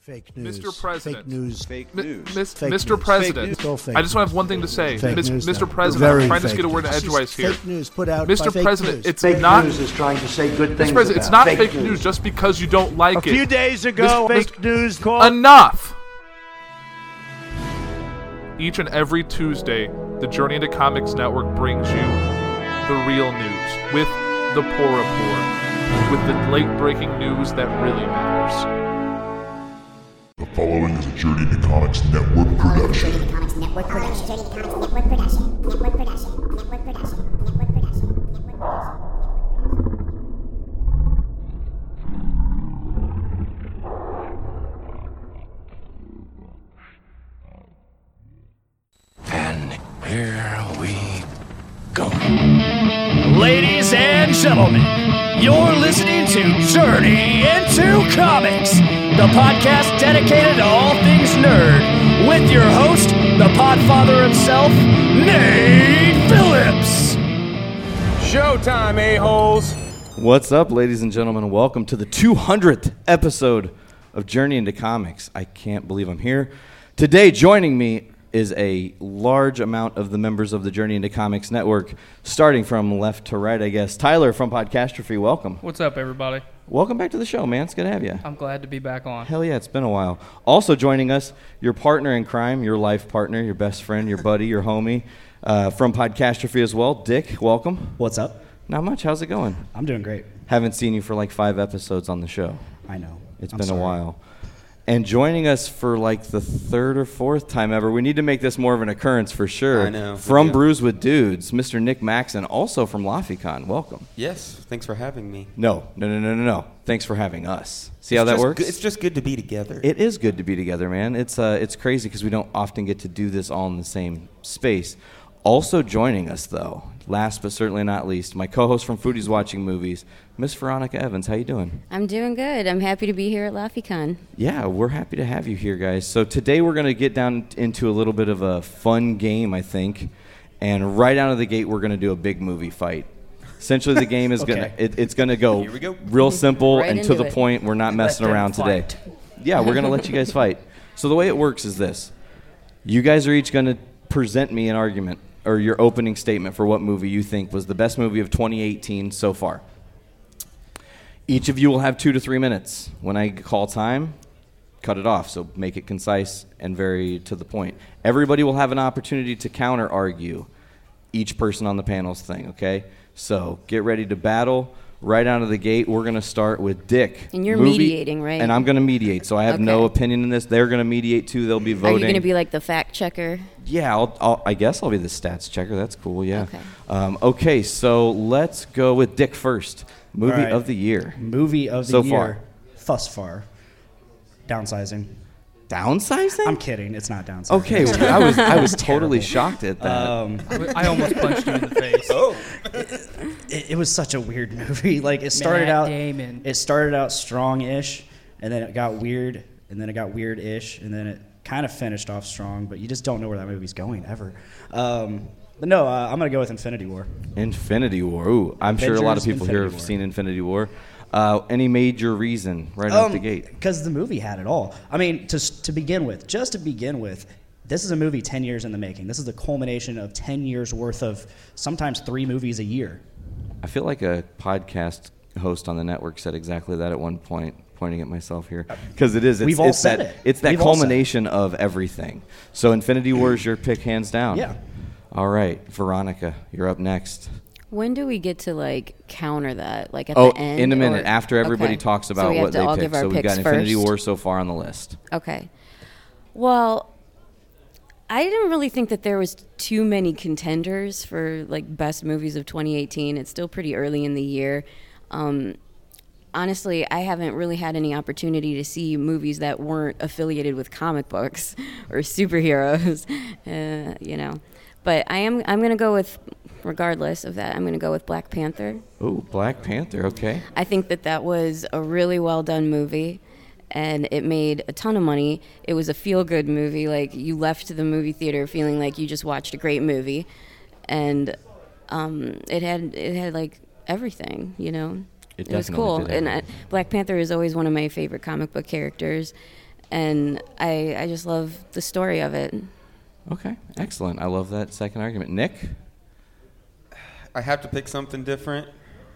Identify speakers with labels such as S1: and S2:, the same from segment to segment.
S1: Fake news.
S2: Mr. President.
S1: Fake news.
S3: Fake
S2: Mi-
S3: news.
S2: mis-
S1: Fake
S2: Mr.
S1: news.
S2: President,
S3: Fake
S1: news. All fake
S2: I just want to have
S1: news.
S2: one thing to say.
S1: Fake
S2: Mis-
S1: news
S2: Mr.
S1: now.
S2: President,
S1: Very
S2: I'm trying to
S1: fake
S2: get a word
S1: news.
S2: edgewise here.
S1: Fake news put out by
S2: Mr.
S1: fake
S2: President,
S1: news.
S2: it's
S4: Fake
S2: not.
S4: news is trying to say good things.
S2: Mr. President, it's
S4: about
S2: not fake news. just because you don't like
S4: A
S2: it.
S4: few days ago,
S2: Mis-
S4: fake news called.
S2: Enough! Each and every Tuesday, the Journey into Comics Network brings you the real news with the poor report, with the late breaking news that really matters.
S5: The following is a Journey to Comics Network production.
S6: Dirty Comics Network production. Dirty Comics Network production. Network production. Network production. Network production. Network production.
S7: And here we go.
S4: Ladies and gentlemen, you're listening to Journey into Comics, the podcast dedicated to all things nerd, with your host, the podfather himself, Nate Phillips.
S8: Showtime, a-holes!
S9: What's up, ladies and gentlemen? and Welcome to the 200th episode of Journey into Comics. I can't believe I'm here. Today, joining me is a large amount of the members of the Journey into Comics network, starting from left to right, I guess. Tyler from Podcastrophy, welcome.
S10: What's up, everybody?
S9: Welcome back to the show, man. It's good to have you.
S10: I'm glad to be back on.
S9: Hell yeah, it's been a while. Also joining us, your partner in crime, your life partner, your best friend, your buddy, your homie, uh, from Podcastrophy as well, Dick, welcome.
S11: What's up?
S9: Not much. How's it going?
S11: I'm doing great.
S9: Haven't seen you for like five episodes on the show.
S11: I know.
S9: It's
S11: I'm
S9: been
S11: sorry.
S9: a while. And joining us for like the third or fourth time ever, we need to make this more of an occurrence for sure.
S3: I know, we
S9: From
S3: do.
S9: Brews with Dudes, Mr. Nick Maxon, also from LaFiCon. Welcome.
S3: Yes, thanks for having me.
S9: No, no, no, no, no, no. Thanks for having us. See how
S3: It's
S9: that
S3: just
S9: works?
S3: good- it's just good to be together.
S9: It is good to be together, man. It's uh, it's crazy because we don't often get to do this all in the same space. Also joining us though, last but certainly not least, my co-host from Foodies Watching Movies, Miss Veronica Evans. How you doing?
S12: I'm doing good. I'm happy to be here at LaFiCon.
S9: Yeah, we're happy to have you here, guys. So today we're gonna get down into a little bit of a fun game, I think. And right out of the gate, we're gonna do a big movie fight. Essentially, the game is gonna it, it's gonna go,
S3: Here we go.
S9: real simple
S12: Right
S9: and to
S12: into
S9: the
S12: it.
S9: point. We're not messing
S10: them
S9: around today.
S10: fight.
S9: Yeah, we're gonna let you guys fight. So the way it works is this: you guys are each gonna present me an argument or your opening statement for what movie you think was the best movie of 2018 so far. Each of you will have two to three minutes. When I call time, cut it off. So make it concise and very to the point. Everybody will have an opportunity to counter argue each person on the panel's thing, okay? So get ready to battle. Right out of the gate, we're going to start with Dick.
S12: And you're mediating, right?
S9: And I'm going to mediate. So I have no
S12: Okay.
S9: opinion in this. They're going to mediate too. They'll be voting.
S12: Are you going to be like the fact checker?
S9: Yeah, I'll, I'll, I guess I'll be the stats checker. That's cool. Yeah.
S12: Okay.
S9: Um, okay, so let's go with Dick first. Movie
S11: All right.
S9: of the year.
S11: Movie of the
S9: So
S11: year. Thus far. Downsizing.
S9: Downsizing?
S11: I'm kidding. It's not downsizing.
S9: okay, well, I was I was totally shocked at that.
S11: Um,
S10: I almost punched you in the face.
S11: it, it was such a weird movie. Like it started
S10: Matt
S11: out.
S10: Damon.
S11: It started out strong-ish, and then it got weird, and then it got weird-ish, and then it kind of finished off strong. But you just don't know where that movie's going ever. Um, but no, uh, I'm gonna go with Infinity War.
S9: Infinity War. Ooh, I'm sure a lot of
S11: Avengers
S9: people here
S11: Infinity
S9: have
S11: War.
S9: seen Infinity War. Uh, any major reason right out the gate?
S11: Because Um, the movie had it all. I mean, to, s- to begin with, just to begin with, this is a movie 10 years in the making. This is the culmination of 10 years worth of sometimes three movies a year.
S9: I feel like a podcast host on the network said exactly that at one point, pointing at myself here, because it is. It's,
S11: We've all
S9: it's
S11: said
S9: that,
S11: it.
S9: It's that
S11: We've all said it.
S9: culmination of everything. So Infinity War is your pick, hands down.
S11: Yeah.
S9: All right, Veronica, you're up next.
S12: When do we get to like counter that? Like at
S9: oh,
S12: the end?
S9: in a minute
S12: or-
S9: after everybody
S12: Okay.
S9: talks
S12: So
S9: about
S12: we have
S9: what
S12: to
S9: they
S12: all
S9: picked.
S12: give our
S9: so we've
S12: picks
S9: got Infinity
S12: first.
S9: War so far on the list.
S12: Okay. Well, I didn't really think that there was too many contenders for like best movies of 2018. It's still pretty early in the year. Um, honestly, I haven't really had any opportunity to see movies that weren't affiliated with comic books or superheroes, uh, you know. But I am I'm going to go with regardless of that. I'm going to go with Black Panther.
S9: Oh, Black Panther. Okay.
S12: I think that that was a really well done movie and it made a ton of money. It was a feel good movie. Like you left the movie theater feeling like you just watched a great movie and um, it had it had like everything, you know.
S9: It
S12: was
S9: definitely
S12: cool.
S9: did
S12: And I,
S9: everything.
S12: Black Panther is always one of my favorite comic book characters and I I just love the story of it.
S9: Okay, excellent. I love that second argument. Nick?
S3: I have to pick something different.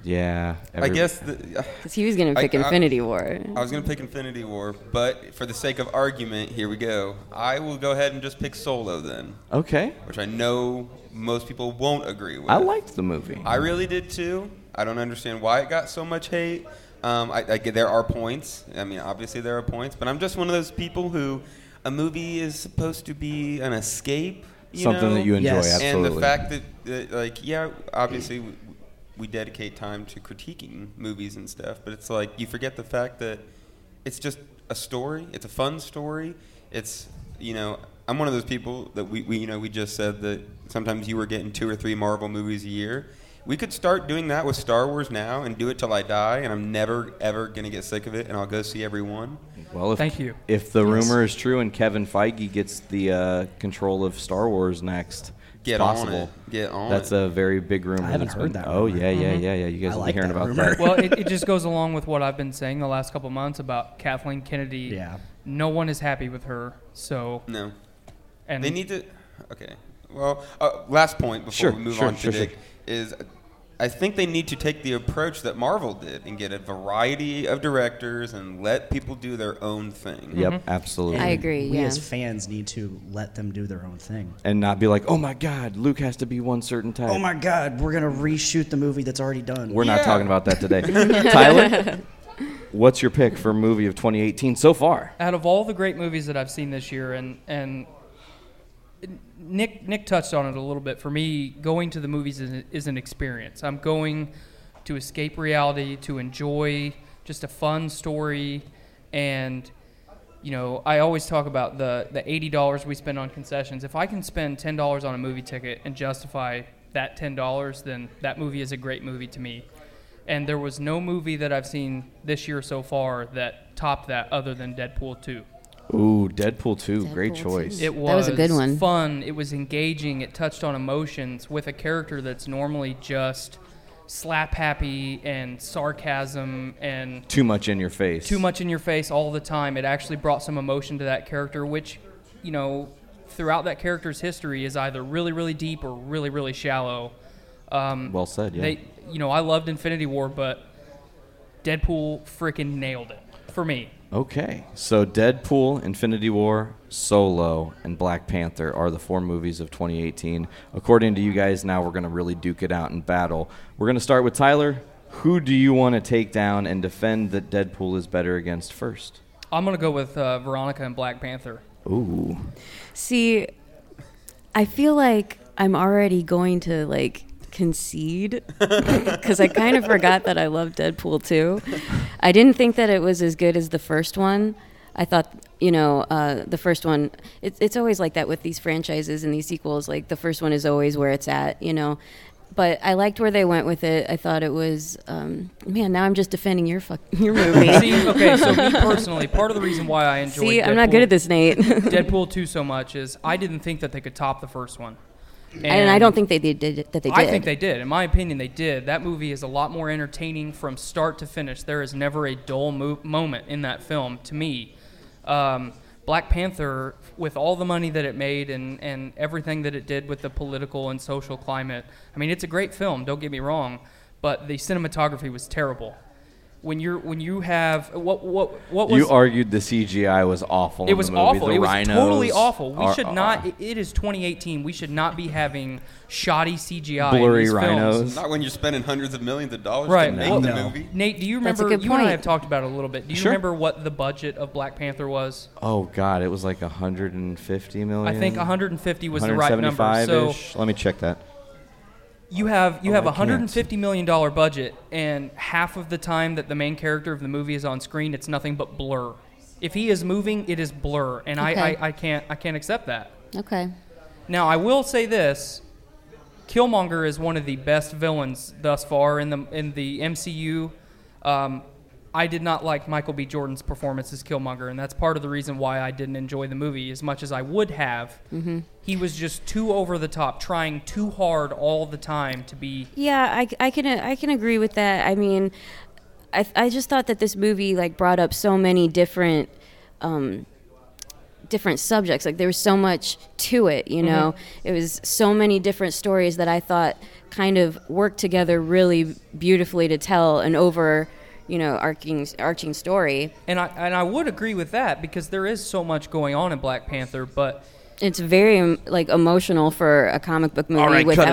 S9: Yeah.
S3: I
S9: every-
S3: guess because
S12: he was gonna pick Infinity War.
S3: I was gonna pick Infinity War, but for the sake of argument, here we go. I will go ahead and just pick Solo then.
S9: Okay.
S3: Which I know most people won't agree with.
S9: I liked the movie.
S3: I really did too. I don't understand why it got so much hate. Um, I, I get there are points. I mean, obviously there are points, but I'm just one of those people who a movie is supposed to be an escape. You
S9: Something
S3: know?
S9: that you enjoy, Yes.
S3: And the
S9: absolutely.
S3: fact that, that, like, yeah, obviously we, we dedicate time to critiquing movies and stuff, but it's like you forget the fact that it's just a story. It's a fun story. It's you know I'm one of those people that we, we you know we just said that sometimes you were getting two or three Marvel movies a year. We could start doing that with Star Wars now and do it till I die, and I'm never ever gonna get sick of it, and I'll go see every one.
S9: Well, if,
S10: Thank you.
S9: If the rumor is true and Kevin Feige gets the uh, control of Star Wars next, it's
S3: Get on
S9: possible.
S3: it. Get on
S9: That's
S3: it.
S9: a very big rumor.
S11: I haven't
S9: that's
S11: heard
S9: been-
S11: that
S9: Oh
S11: rumor. Mm-hmm.
S9: yeah, yeah,
S10: Mhm.
S9: yeah, yeah. You guys
S11: I
S9: will
S11: like
S9: be hearing
S11: that
S9: about
S11: rumor.
S9: that.
S10: well, it, it just goes along with what I've been saying the last couple months about Kathleen Kennedy.
S3: Yeah.
S10: No one is happy with her, so.
S3: No.
S10: And
S3: they need to. Okay. Well, uh, last point before
S9: Sure,
S3: we move
S9: sure,
S3: on to
S9: sure, sure.
S3: Dick is, I think they need to take the approach that Marvel did and get a variety of directors and let people do their own thing.
S9: Yep,
S11: Mm-hmm.
S9: Mhm. absolutely. I
S12: agree,
S11: We
S12: yeah.
S11: as fans need to let them do their own thing.
S9: and not be like, oh my God, Luke has to be one certain type.
S11: Oh my God, we're gonna reshoot the movie that's already done.
S9: We're not talking about that today. Tyler, what's your pick for movie of 2018 so far?
S10: out of all the great movies that I've seen this year, and and Nick Nick touched on it a little bit. For me, going to the movies is, is an experience. I'm going to escape reality, to enjoy just a fun story, and you know, I always talk about the the eighty dollars we spend on concessions. If I can spend ten dollars on a movie ticket and justify that ten dollars, then that movie is a great movie to me. And there was no movie that I've seen this year so far that topped that, other than Deadpool two.
S9: Ooh, Deadpool 2. Great choice.
S10: It was,
S12: That was a good one.
S10: Fun. It was engaging. It touched on emotions with a character that's normally just slap happy and sarcasm and
S9: Too much in your face.
S10: too much in your face all the time. It actually brought some emotion to that character, which, you know, throughout that character's history is either really, really deep or really, really shallow. Um,
S9: Well said, yeah.
S10: They, you know, I loved Infinity War, but Deadpool freaking nailed it for me.
S9: Okay, so Deadpool, Infinity War, Solo, and Black Panther are the four movies of 2018. According to you guys, now we're going to really duke it out in battle. We're going to start with Tyler. Who do you want to take down and defend that Deadpool is better against first?
S10: I'm gonna go with uh, Veronica and Black Panther.
S9: Ooh.
S12: See, I feel like I'm already going to like concede because I kind of forgot that I love Deadpool too. I didn't think that it was as good as the first one. I thought, you know, uh, the first one, it's, it's always like that with these franchises and these sequels. Like, the first one is always where it's at, you know. But I liked where they went with it. I thought it was, um, man, now I'm just defending your, fuck, your movie.
S10: See, okay, so me personally, part of the reason why I enjoyed
S12: See, I'm not good
S10: Deadpool-
S12: at this, Nate.
S10: Deadpool 2 so much is I didn't think that they could top the first one.
S12: And, I don't think they did, did that they did.
S10: I think they did. In my opinion, they did. That movie is a lot more entertaining from start to finish. There is never a dull mo- moment in that film to me. Um, Black Panther, with all the money that it made and, and everything that it did with the political and social climate, I mean, it's a great film. Don't get me wrong, but the cinematography was terrible. When you're when you have what what what was
S9: You argued the CGI was awful.
S10: it
S9: in
S10: was
S9: the movie.
S10: awful.
S9: The
S10: it was
S9: rhinos
S10: totally awful. We
S9: are-
S10: should not. it- it is 2018. We should not be having shoddy CGI.
S9: Blurry
S10: in these films.
S3: Not when you're spending hundreds of millions of dollars
S10: Right.
S3: to make
S10: Well,
S3: the
S10: no.
S3: movie.
S10: Nate, do you
S12: That's a
S10: remember?
S12: good
S10: You and I
S12: point.
S10: have talked about it a little bit. Do you
S9: Sure.
S10: remember what the budget of Black Panther was?
S9: Oh God, it was like 150
S12: Oh,
S9: million.
S10: I think 150 was the right number,
S9: 175-ish. Let me check that.
S10: You have you
S9: Oh,
S10: have
S9: I
S10: a
S9: can't.
S10: 150 million dollar budget, and half of the time that the main character of the movie is on screen, it's nothing but blur. If he is moving, it is blur, and I,
S12: Okay.
S10: I, I can't I can't accept that.
S12: Okay.
S10: Now, I will say this: Killmonger is one of the best villains thus far in the in the MCU. Um, I did not like Michael B. Jordan's performance as Killmonger, and that's part of the reason why I didn't enjoy the movie as much as I would have.
S12: Mhm.
S10: He was just too over the top, trying too hard all the time to be.
S12: Yeah, I, I can I can agree with that. I mean, I I just thought that this movie like brought up so many different um, different subjects. Like there was so much to it, you
S9: Mm-hmm.
S12: know. It was so many different stories that I thought kind of worked together really beautifully to tell an over, you know, arcing arching story.
S10: And I and I would agree with that because there is so much going on in Black Panther, but
S12: It's very um, like emotional for a comic book movie.
S9: All right,
S12: without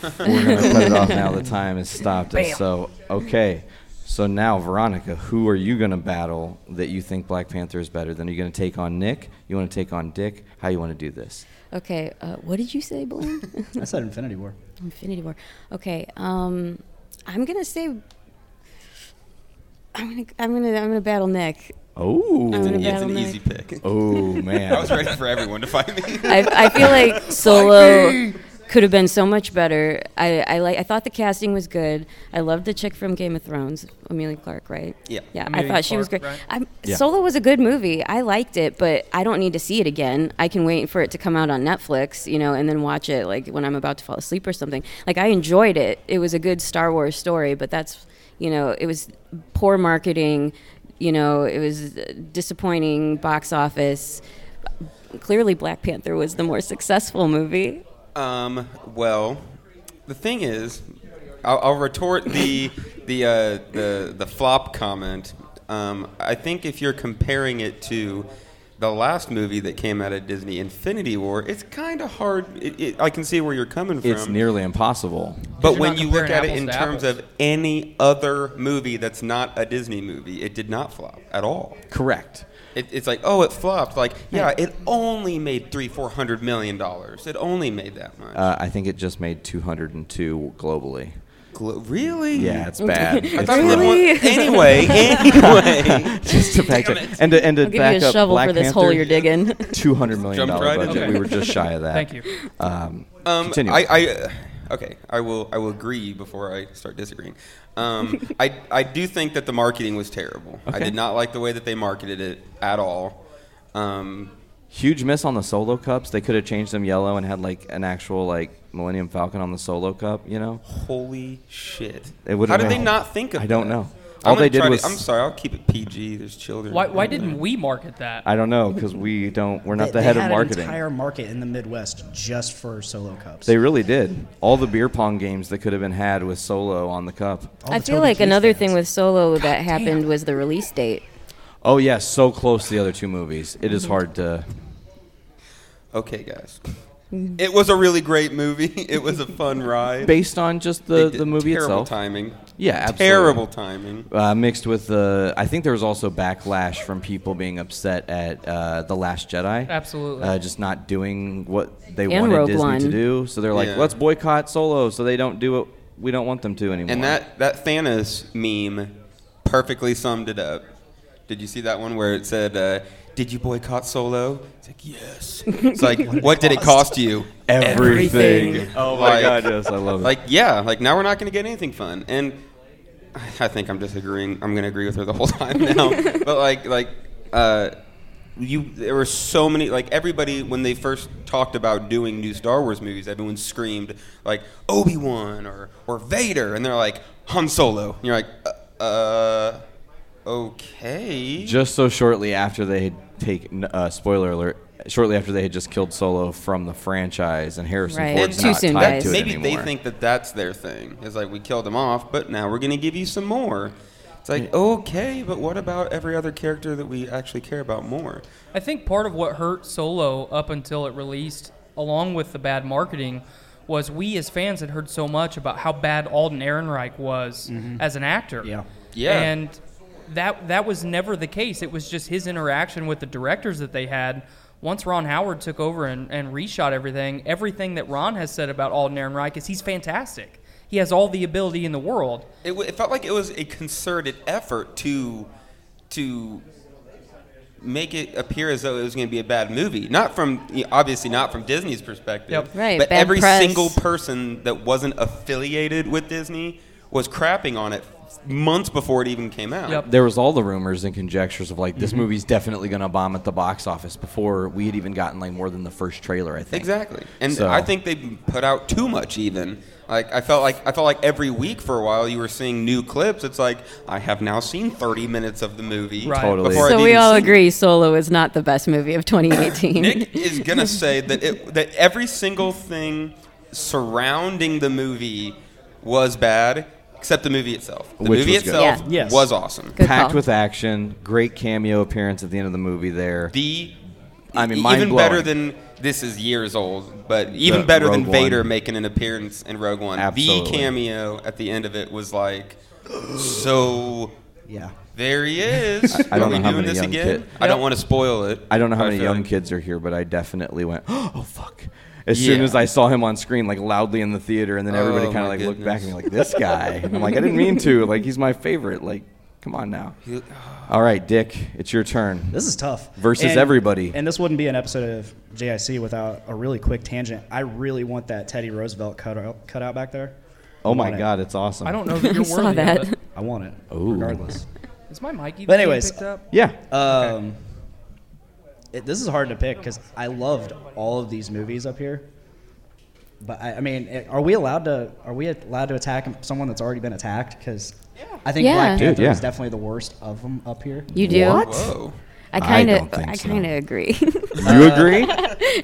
S9: cut it off. We're gonna cut it off now. The time has stopped us.
S12: Bam.
S9: So okay, so now Veronica, who are you gonna battle that you think Black Panther is better than? Are you gonna take on Nick? You want to take on Dick? How you want to do this?
S12: Okay, uh, what did you say, Blaine?
S11: I said Infinity War.
S12: Infinity War. Okay, um, I'm gonna say. I'm gonna I'm gonna I'm gonna battle Nick.
S9: Oh,
S12: I'm gonna
S3: it's
S12: battle
S3: an
S12: Nick.
S3: easy pick.
S9: Oh man,
S3: I was ready for everyone to find me.
S12: I, I feel like Solo could have been so much better. I, I like I thought the casting was good. I loved the chick from Game of Thrones, Amelia Clark, right?
S3: Yeah.
S12: yeah.
S10: Amelia
S12: I thought she was
S10: Clark,
S12: great.
S10: right?
S12: I'm,
S9: Yeah.
S12: Solo was a good movie. I liked it, but I don't need to see it again. I can wait for it to come out on Netflix, you know, and then watch it like when I'm about to fall asleep or something. Like I enjoyed it. It was a good Star Wars story, but that's you know it was poor marketing. You know, it was uh, disappointing box office clearly Black Panther was the more successful movie.
S3: Um, well, the thing is, I'll, I'll retort the the uh, the the flop comment. Um, I think if you're comparing it to the last movie that came out of Disney, Infinity War, it's kind of hard. It, it, I can see where you're coming from.
S9: It's nearly impossible.
S3: But
S10: you're
S3: when
S10: not
S3: you look at
S10: comparing
S3: it
S10: apples
S3: in
S10: to
S3: terms
S10: apples.
S3: of any other movie that's not a Disney movie, it did not flop at all.
S9: Correct.
S3: It, it's like, oh, it flopped. Like, yeah, it only made three, four hundred million dollars. It only made that much.
S9: Uh, I think it just made 202 globally.
S3: Glo- really?
S9: Yeah, it's bad.
S3: I
S9: It's
S3: thought we had
S9: rough.
S3: one- Anyway, anyway.
S9: just to back
S3: Damn
S9: check.
S3: it.
S9: And to, and to
S12: I'll give you
S9: back
S12: a
S9: up
S12: shovel
S9: Black
S12: for this
S9: Panther,
S12: hole you're digging.
S9: Two hundred million
S3: Jumped
S9: dollar
S3: right in.
S9: budget.
S10: Okay.
S9: We were just shy of that.
S10: Thank you.
S9: Um,
S3: Um,
S9: continue.
S3: I, I, okay, I will, I will agree before I start disagreeing. Um, I, I do think that the marketing was terrible. I
S9: Okay.
S3: did not like the way that they marketed it at all. Um,
S9: Huge miss on the solo cups. They could have changed them yellow and had like an actual like Millennium Falcon on the solo cup. You know,
S3: holy shit!
S9: It would've
S3: How did
S9: been-
S3: they not think of?
S9: I don't
S3: that?
S9: know.
S3: I'm
S9: All
S3: gonna
S9: they did
S3: try to-
S9: was-
S3: I'm sorry. I'll keep it PG. There's children.
S10: why why didn't we market that?
S9: I don't know because we don't. We're not
S11: They-
S9: the
S11: they
S9: head
S11: had
S9: of marketing.
S11: An entire market in the Midwest just for solo cups.
S9: they really did. All the beer pong games that could have been had with solo on the cup.
S11: All
S12: I
S11: the
S12: feel
S11: Toby
S12: like
S11: Keith
S12: another
S11: fans.
S12: thing with Solo that happened was the release date.
S9: Oh yeah, so close to the other two movies. It is hard to.
S3: Okay, guys. It was a really great movie. It was a fun ride.
S9: Based on just
S3: They
S9: the,
S3: did
S9: the movie
S3: terrible
S9: itself.
S3: timing.
S9: Yeah, absolutely.
S3: Terrible timing.
S9: uh, mixed with the. I think there was also backlash from people being upset at uh, the Last Jedi.
S10: Absolutely.
S9: uh, just not doing what they
S12: And
S9: wanted
S12: Rogue
S9: Disney to
S12: One.
S9: do. So they're like,
S3: Yeah.
S9: let's boycott Solo, so they don't do what we don't want them to anymore.
S3: And that, that Thanos meme perfectly summed it up. Did you see that one where it said, uh, Did you boycott Solo? It's like, Yes. It's like, What did it cost you?
S9: everything. Oh my
S3: Like-
S9: god, yes, I love it.
S3: Like, yeah, like now we're not going to get anything fun. And I think I'm disagreeing. I'm going to agree with her the whole time now. but like, like, uh, you there were so many like everybody when they first talked about doing new Star Wars movies, everyone screamed like Obi Wan or or Vader, and they're like Han Solo. And you're like, uh, uh okay.
S9: just so shortly after they had taken uh, spoiler alert. Shortly after they had just killed Solo from the franchise, and Harrison
S12: Right.
S9: Ford's
S12: Too
S9: not
S12: soon,
S9: tied
S12: guys.
S9: to it
S3: maybe
S9: anymore.
S3: they think that that's their thing. It's like we killed them off, but now we're gonna give you some more. It's like okay, but what about every other character that we actually care about more?
S10: I think part of what hurt Solo up until it released, along with the bad marketing, was we as fans had heard so much about how bad Alden Ehrenreich was as an actor.
S11: Yeah.
S3: Yeah.
S10: And that that was never the case. It was just his interaction with the directors that they had. Once Ron Howard took over and, and reshot everything, everything that Ron has said about Alden Ehrenreich is he's fantastic. He has all the ability in the world.
S3: It, w- it felt like it was a concerted effort to to make it appear as though it was going to be a bad movie. Not from you know, obviously not from Disney's perspective,
S10: Yep.
S12: Right,
S3: But
S12: bad
S3: every
S12: press.
S3: single person that wasn't affiliated with Disney was crapping on it months before it even came out.
S9: There was all the rumors and conjectures of like this
S3: Mhm.
S9: movie's definitely going to bomb at the box office before we had even gotten like more than the first trailer. I think
S3: Exactly, and
S9: So-
S3: I think they put out too much. Even like I felt like I felt like every week for a while you were seeing new clips. It's like I have now seen thirty minutes of the movie.
S9: Right. Totally.
S3: before I've
S12: So we
S3: even
S12: all
S3: seen
S12: agree Solo is not the best movie of 2018.
S3: Nick is gonna say that it, that every single thing surrounding the movie was bad, except the movie itself. The
S9: Which
S3: movie
S9: was good.
S3: itself was awesome.
S9: Packed with action, great cameo appearance at the end of the movie. There,
S3: the
S9: I mean,
S3: even
S9: mind-blowing.
S3: better than this is years old, but even
S9: The
S3: better than
S9: Rogue One.
S3: Vader making an appearance in Rogue One. The
S9: Absolutely.
S3: cameo at the end of it was like so.
S11: Yeah.
S3: There he is.
S9: I
S3: Are
S9: don't
S3: we
S9: know how
S3: doing
S9: many
S3: this
S9: young
S3: again?
S9: kids.
S3: I don't want to spoil it.
S9: I don't know how
S3: but I
S9: many
S3: feel
S9: young kids are here, but I definitely went. Oh fuck! As
S3: Yeah.
S9: soon as I saw him on screen, like loudly in the theater, and then everybody
S3: Oh,
S9: kind
S3: my
S9: of like looked back at me
S3: goodness.
S9: like this guy, and I'm like, I didn't mean to. Like he's my favorite. Like, come on now.
S11: He-
S9: All right, Dick, it's your turn.
S11: This is tough.
S9: Versus
S11: And-
S9: everybody.
S11: And this wouldn't be an episode of JIC without a really quick tangent. I really want that Teddy Roosevelt cutout, cutout back there.
S9: Oh
S11: I
S9: my
S11: want it.
S9: God, it's awesome.
S10: I don't know that you're I saw worthy of that. it.
S11: I want it.
S9: Ooh.
S11: Regardless.
S10: Is my mic even
S11: But
S10: being
S11: anyways,
S10: picked up?
S9: Yeah.
S3: Uh,
S11: Um, it, this is hard to pick because I loved all of these movies up here. But I, I mean, eh, are we allowed to? Are we allowed to attack someone that's already been attacked? Because I think
S12: Yeah.
S11: Black
S12: Dude,
S11: Panther is
S12: yeah.
S11: definitely the worst of them up here.
S12: You do? I kind
S11: I
S12: of,
S11: don't think
S12: I
S11: so.
S12: kind of agree.
S11: You
S3: uh,
S11: agree?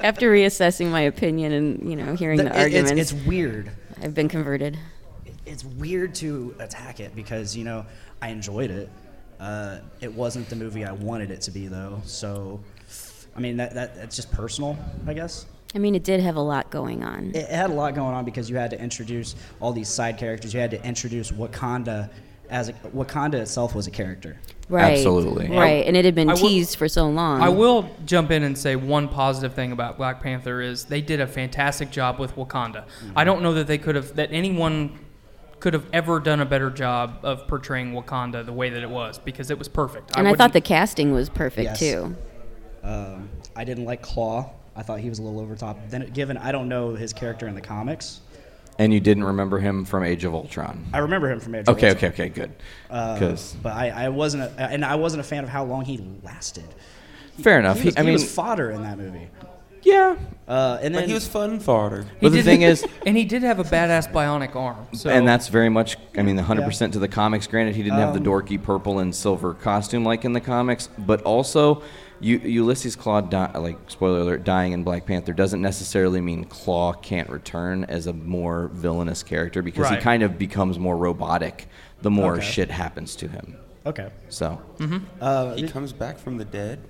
S12: After reassessing my opinion and you know hearing the,
S11: The- it- it's-
S12: arguments,
S11: it's weird.
S12: I've been converted.
S11: it's weird to attack it because you know I enjoyed it. Uh, it wasn't the movie I wanted it to be though, so I mean that, that that's just personal, I guess.
S12: I mean, it did have a lot going on.
S11: It, it had a lot going on because you had to introduce all these side characters. You had to introduce Wakanda as a, Wakanda itself was a character.
S12: Right. Right, and it had been
S10: I will-
S12: teased for so long.
S9: Uh-huh.
S10: I will jump in and say one positive thing about Black Panther is they did a fantastic job with Wakanda.
S9: Mm-hmm.
S10: I don't know that they could have that anyone could have ever done a better job of portraying Wakanda the way that it was because it was perfect.
S12: And I,
S10: wouldn't-
S12: thought the casting was
S11: Yes.
S12: perfect too.
S11: Um, I didn't like Claw. I thought he was a little over the top. Then, given I don't know his character in the comics,
S9: And you didn't remember him from Age of Ultron.
S11: I remember him from Age of
S9: Okay,
S11: Ultron.
S9: okay, okay, good.
S11: Uh,
S9: 'Cause-
S11: but I, I wasn't, a, and I wasn't a fan of how long he lasted.
S9: Fair enough.
S11: He,
S9: He-
S11: was,
S9: I
S11: he was
S9: mean-
S11: fodder in that movie.
S9: Yeah.
S11: Uh, and
S3: But
S11: then
S3: he was fun fodder.
S9: But the
S10: did-
S9: thing is-
S10: and he did have a badass bionic arm. So
S9: and that's very much, I mean, 100% to the comics. Granted, he didn't have the
S10: Um,
S9: dorky purple and silver costume like in the comics, but also U- Ulysses Claw, di- like, spoiler alert, dying in Black Panther doesn't necessarily mean Claw can't return as a more villainous character because
S11: Right.
S9: he kind of becomes more robotic the more
S11: Okay.
S9: shit happens to him.
S11: Okay.
S9: So,
S11: Uh,
S3: he comes back from the dead.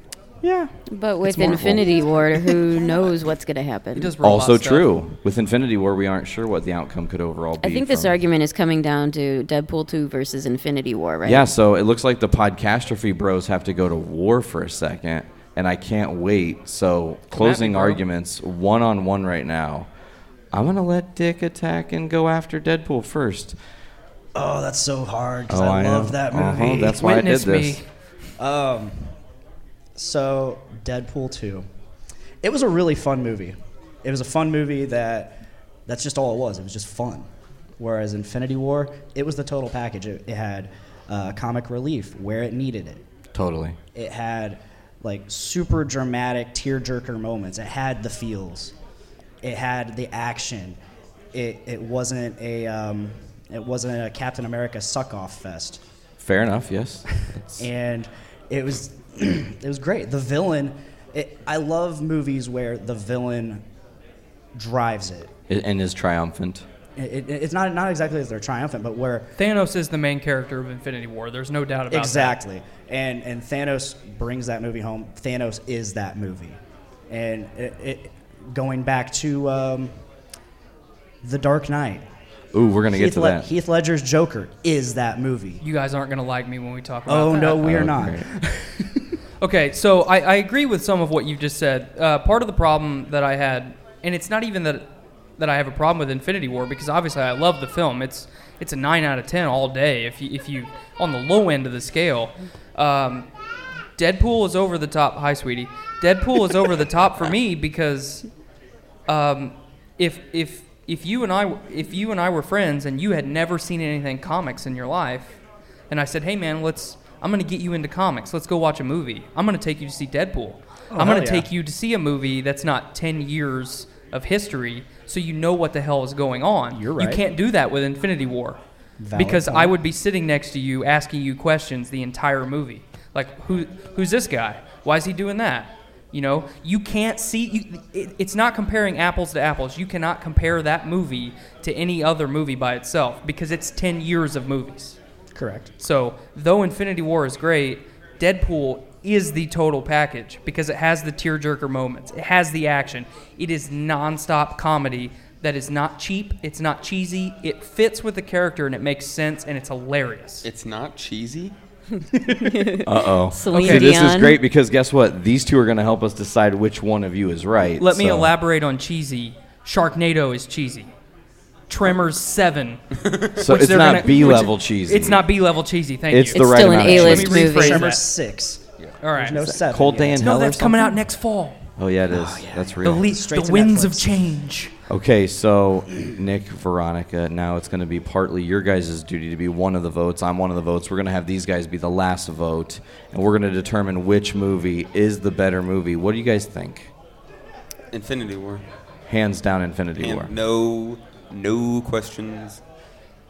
S11: Yeah.
S12: But with
S3: It's Marvel.
S12: Infinity War, who knows what's going to happen?
S9: also true. With Infinity War, we aren't sure what the outcome could overall be.
S12: I think this
S9: from-
S12: argument is coming down to Deadpool 2 versus Infinity War, right?
S9: Yeah, so it looks like the podcastrophe bros have to go to war for a second, and I can't wait. So closing
S12: bro.
S9: arguments, one on one right now. I'm gonna let Dick attack and go after Deadpool first.
S11: Oh, that's so hard because
S9: Oh,
S11: I,
S9: I know.
S11: love that
S9: Uh-huh,
S11: movie.
S9: that's why I did Witness this.
S11: Um, so Deadpool two, it was a really fun movie. It was a fun movie that that's just all it was. It was just fun. Whereas Infinity War, it was the total package. It, it had uh, comic relief where it needed it.
S9: Totally.
S11: It had like super dramatic tearjerker moments. It had the feels. It had the action. It, it wasn't a um, it wasn't a Captain America suck off fest.
S9: Fair enough. Yes. That's-
S11: And it was it was great. The villain. It, I love movies where the villain drives it.
S9: it- and is triumphant.
S11: It, it- it's not not exactly that they're triumphant, but where
S10: Thanos is the main character of Infinity War. There's no doubt about
S11: exactly. And and Thanos brings that movie home. Thanos is that movie. And it, it, going back to um, The Dark Knight.
S9: Ooh, we're gonna get
S11: Heath
S9: to
S11: Le-
S9: that.
S11: Heath Ledger's Joker is that movie.
S10: that. You guys aren't going to like me when we talk about
S11: Oh
S10: that.
S11: no, we are not.
S10: Okay, so I, I agree with some of what you just said. Uh, part of the problem that I had, and it's not even that that I have a problem with Infinity War because obviously I love the film. It's it's a nine out of ten all day. If you if you on the low end of the scale, um, Deadpool is over the top. Hi, sweetie. Deadpool is over the top for me because um, if if if you and I if you and I were friends and you had never seen anything comics in your life, and I said, "Hey, man, let's. I'm gonna get you into comics. Let's go watch a movie. I'm gonna take you to see Deadpool.
S1: Oh,
S10: I'm
S1: hell
S10: gonna
S1: yeah.
S10: take you to see a movie that's not 10 years of history, so you know what the hell is going on. You're
S11: right.
S10: You can't do that with Infinity War,
S11: Valid
S10: because I
S11: point.
S10: would be sitting next to you asking you questions the entire movie. Like, who who's this guy? Why is he doing that? You know, you can't see. You, it, it's not comparing apples to apples. You cannot compare that movie to any other movie by itself because it's ten years of movies.
S11: Correct.
S10: So, though Infinity War is great, Deadpool is the total package because it has the tearjerker moments, it has the action, it is nonstop comedy that is not cheap, it's not cheesy, it fits with the character and it makes sense and it's hilarious.
S3: It's not cheesy.
S9: Uh oh.
S10: Celine
S9: See, this is
S10: Dion.
S9: great because guess what? These two are going to help us decide which one of you is right.
S10: Let me
S9: so-
S10: elaborate on cheesy. Sharknado is cheesy. Tremors Seven.
S9: So
S10: which
S9: it's
S10: they're
S9: not
S10: gonna-
S9: B-level
S10: which-
S9: cheesy.
S10: It's not B level cheesy. Thank
S9: It's
S10: you.
S9: the It's right still an amount of cheesy. A-list
S10: Let me rephrase
S9: movie.
S10: that.
S11: Tremors six.
S10: All right.
S11: There's no seven.
S9: Cold Day
S11: yet.
S9: in
S10: No,
S9: Hell or
S10: that's coming out
S9: something?
S10: next fall.
S9: Oh yeah, it is. That's real.
S10: The, le-
S11: Straight
S10: the
S11: to
S10: winds
S11: Netflix.
S10: of change.
S9: Okay, so Nick, Veronica, now it's going to be partly your guys' duty to be one of the votes. I'm one of the votes. We're going to have these guys be the last vote, and we're going to determine which movie is the better movie. What do you guys think?
S3: Infinity War.
S9: Hands down, Infinity
S3: And
S9: War.
S3: No, no questions,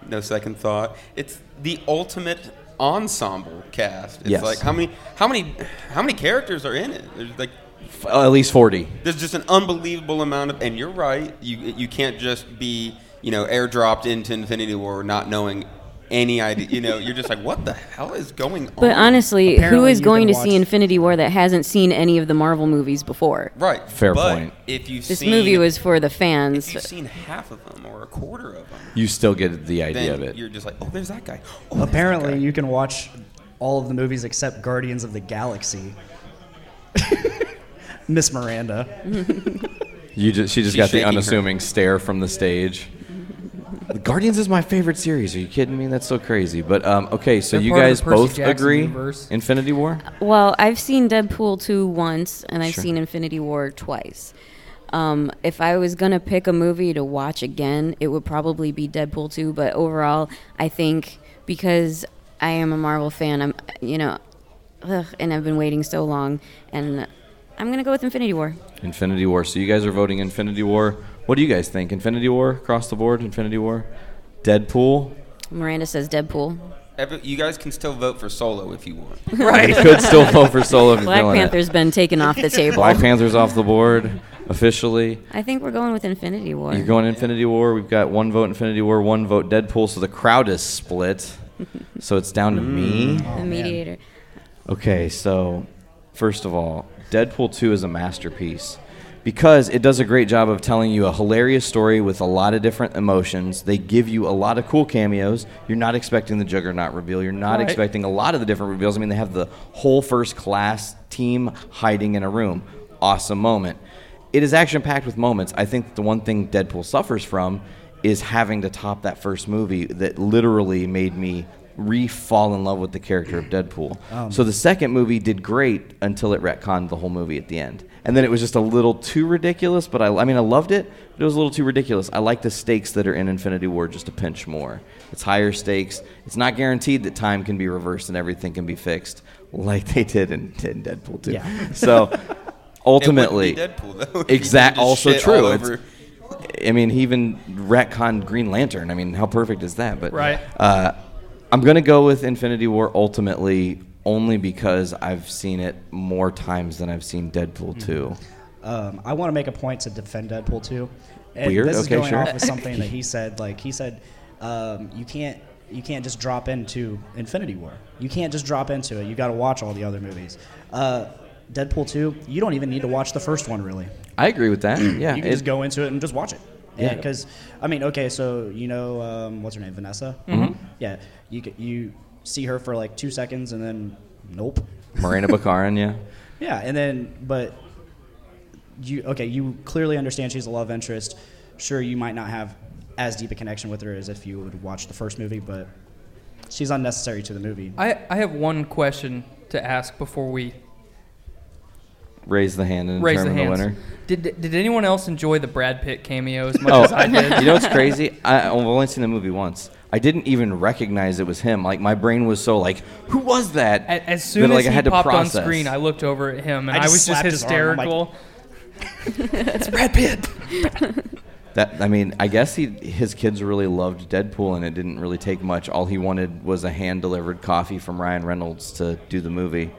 S3: no second thought. It's the ultimate ensemble cast. It's
S9: Yes.
S3: like how many, how many, how many characters are in it? There's like
S9: F- at least 40.
S3: There's just an unbelievable amount of, and you're right. You you can't just be you know airdropped into Infinity War not knowing any idea. You know, you're just like, what the hell is going on?
S12: But honestly, who
S3: Apparently
S12: is
S3: you
S12: going
S3: can
S12: to see
S3: watch-
S12: Infinity War that hasn't seen any of the Marvel movies before?
S3: Right.
S9: Fair
S3: But
S9: point.
S3: If you've
S12: This
S3: seen,
S12: movie was for the fans.
S3: If you've seen half of them or a quarter of them,
S9: You still get the idea
S3: then
S9: of it.
S3: You're just like, oh, there's that guy.
S11: Apparently, you can watch all of the movies except Guardians of the Galaxy. Miss Miranda.
S9: You just, she just
S11: She's
S9: got the
S11: shaking her-
S9: unassuming stare from the stage. The Guardians is my favorite series. Are you kidding me? That's so crazy. But um, okay, so
S10: They're
S9: you
S10: part of the
S9: guys
S10: Percy
S9: both
S10: Jackson
S9: agree?
S10: universe.
S9: Infinity War.
S12: Well, I've seen Deadpool 2 once, and I've
S9: Sure.
S12: seen Infinity War twice. Um, if I was going to pick a movie to watch again, it would probably be Deadpool 2. But overall, I think because I am a Marvel fan, I'm, you know, ugh, and I've been waiting so long, and I'm going to go with Infinity War.
S9: Infinity War. So you guys are voting Infinity War. What do you guys think? Infinity War across the board. Infinity War. Deadpool.
S12: Miranda says Deadpool.
S3: Every, you guys can still vote for Solo if you want.
S9: Right. You could still vote for Solo if you're
S12: Black
S9: feeling it.
S12: Panther's been taken off the table.
S9: Black Panther's off the board officially.
S12: I think we're going with Infinity War.
S9: You're going Infinity War. We've got one vote Infinity War, one vote Deadpool. So the crowd is split. so it's down to me.
S12: the mediator.
S9: Okay, so first of all, Deadpool 2 is a masterpiece because it does a great job of telling you a hilarious story with a lot of different emotions. They give you a lot of cool cameos. You're not expecting the Juggernaut reveal. You're not
S13: Right.
S9: expecting a lot of the different reveals. I mean, they have the whole first class team hiding in a room. Awesome moment. It is action packed with moments. I think the one thing Deadpool suffers from is having to top that first movie that literally made me re fall in love with the character of Deadpool.
S13: Um.
S9: so the second movie did great until it retconned the whole movie at the end. And then it was just a little too ridiculous, but I, I mean, I loved it, but it was a little too ridiculous. I like the stakes that are in Infinity War just a pinch more. It's higher stakes. It's not guaranteed that time can be reversed and everything can be fixed like they did in, in Deadpool 2.
S13: Yeah.
S9: So ultimately.
S3: It wouldn't be Deadpool, though, if you
S9: Exact,
S3: didn't just
S9: also
S3: shit all
S9: true.
S3: over
S9: It's- I mean, he even retconned Green Lantern. I mean, how perfect is that? But
S10: Right.
S9: uh, I'm gonna go with Infinity War ultimately, only because I've seen it more times than I've seen
S10: Mm-hmm.
S9: Deadpool two.
S11: Um, I want to make a point to defend Deadpool too. And
S9: Weird.
S11: This is
S9: Okay,
S11: going
S9: sure.
S11: off of something that he said. Like he said, um, you can't you can't just drop into Infinity War. You can't just drop into it. You got to watch all the other movies. Uh, Deadpool two. You don't even need to watch the first one really.
S9: I agree with that. Yeah,
S11: you can
S9: it-
S11: just go into it and just watch it. Yeah,
S9: Yeah.
S11: because I mean, okay, so you know, um, what's her name, Vanessa?
S9: Mhm.
S11: Yeah, you c- you see her for like two seconds and then nope.
S9: Miranda Baccarin. Yeah,
S11: Yeah, and then but you okay, you clearly understand she's a love interest. Sure, you might not have as deep a connection with her as if you would watch the first movie, but she's unnecessary to the movie.
S10: I, I have one question to ask before we
S9: raise the hand and
S10: raise the
S9: determine the,
S10: hands.
S9: winner.
S10: Did, did anyone else enjoy the Brad Pitt cameo as much
S9: oh,
S10: as I did?
S9: you know what's crazy? I, I've only seen the movie once. I didn't even recognize it was him. Like my brain was so like, who was that?
S10: A- As soon
S9: that, like,
S10: as
S9: I
S10: he
S9: had to
S10: popped on
S9: process.
S10: screen, I looked over at him and
S11: I
S10: I,
S11: just
S10: was just
S11: slapped his arm. I'm like-
S10: hysterical. it's Brad Pitt.
S9: That I mean, I guess he his kids really loved Deadpool, and it didn't really take much. All he wanted was a hand delivered coffee from Ryan Reynolds to do the movie,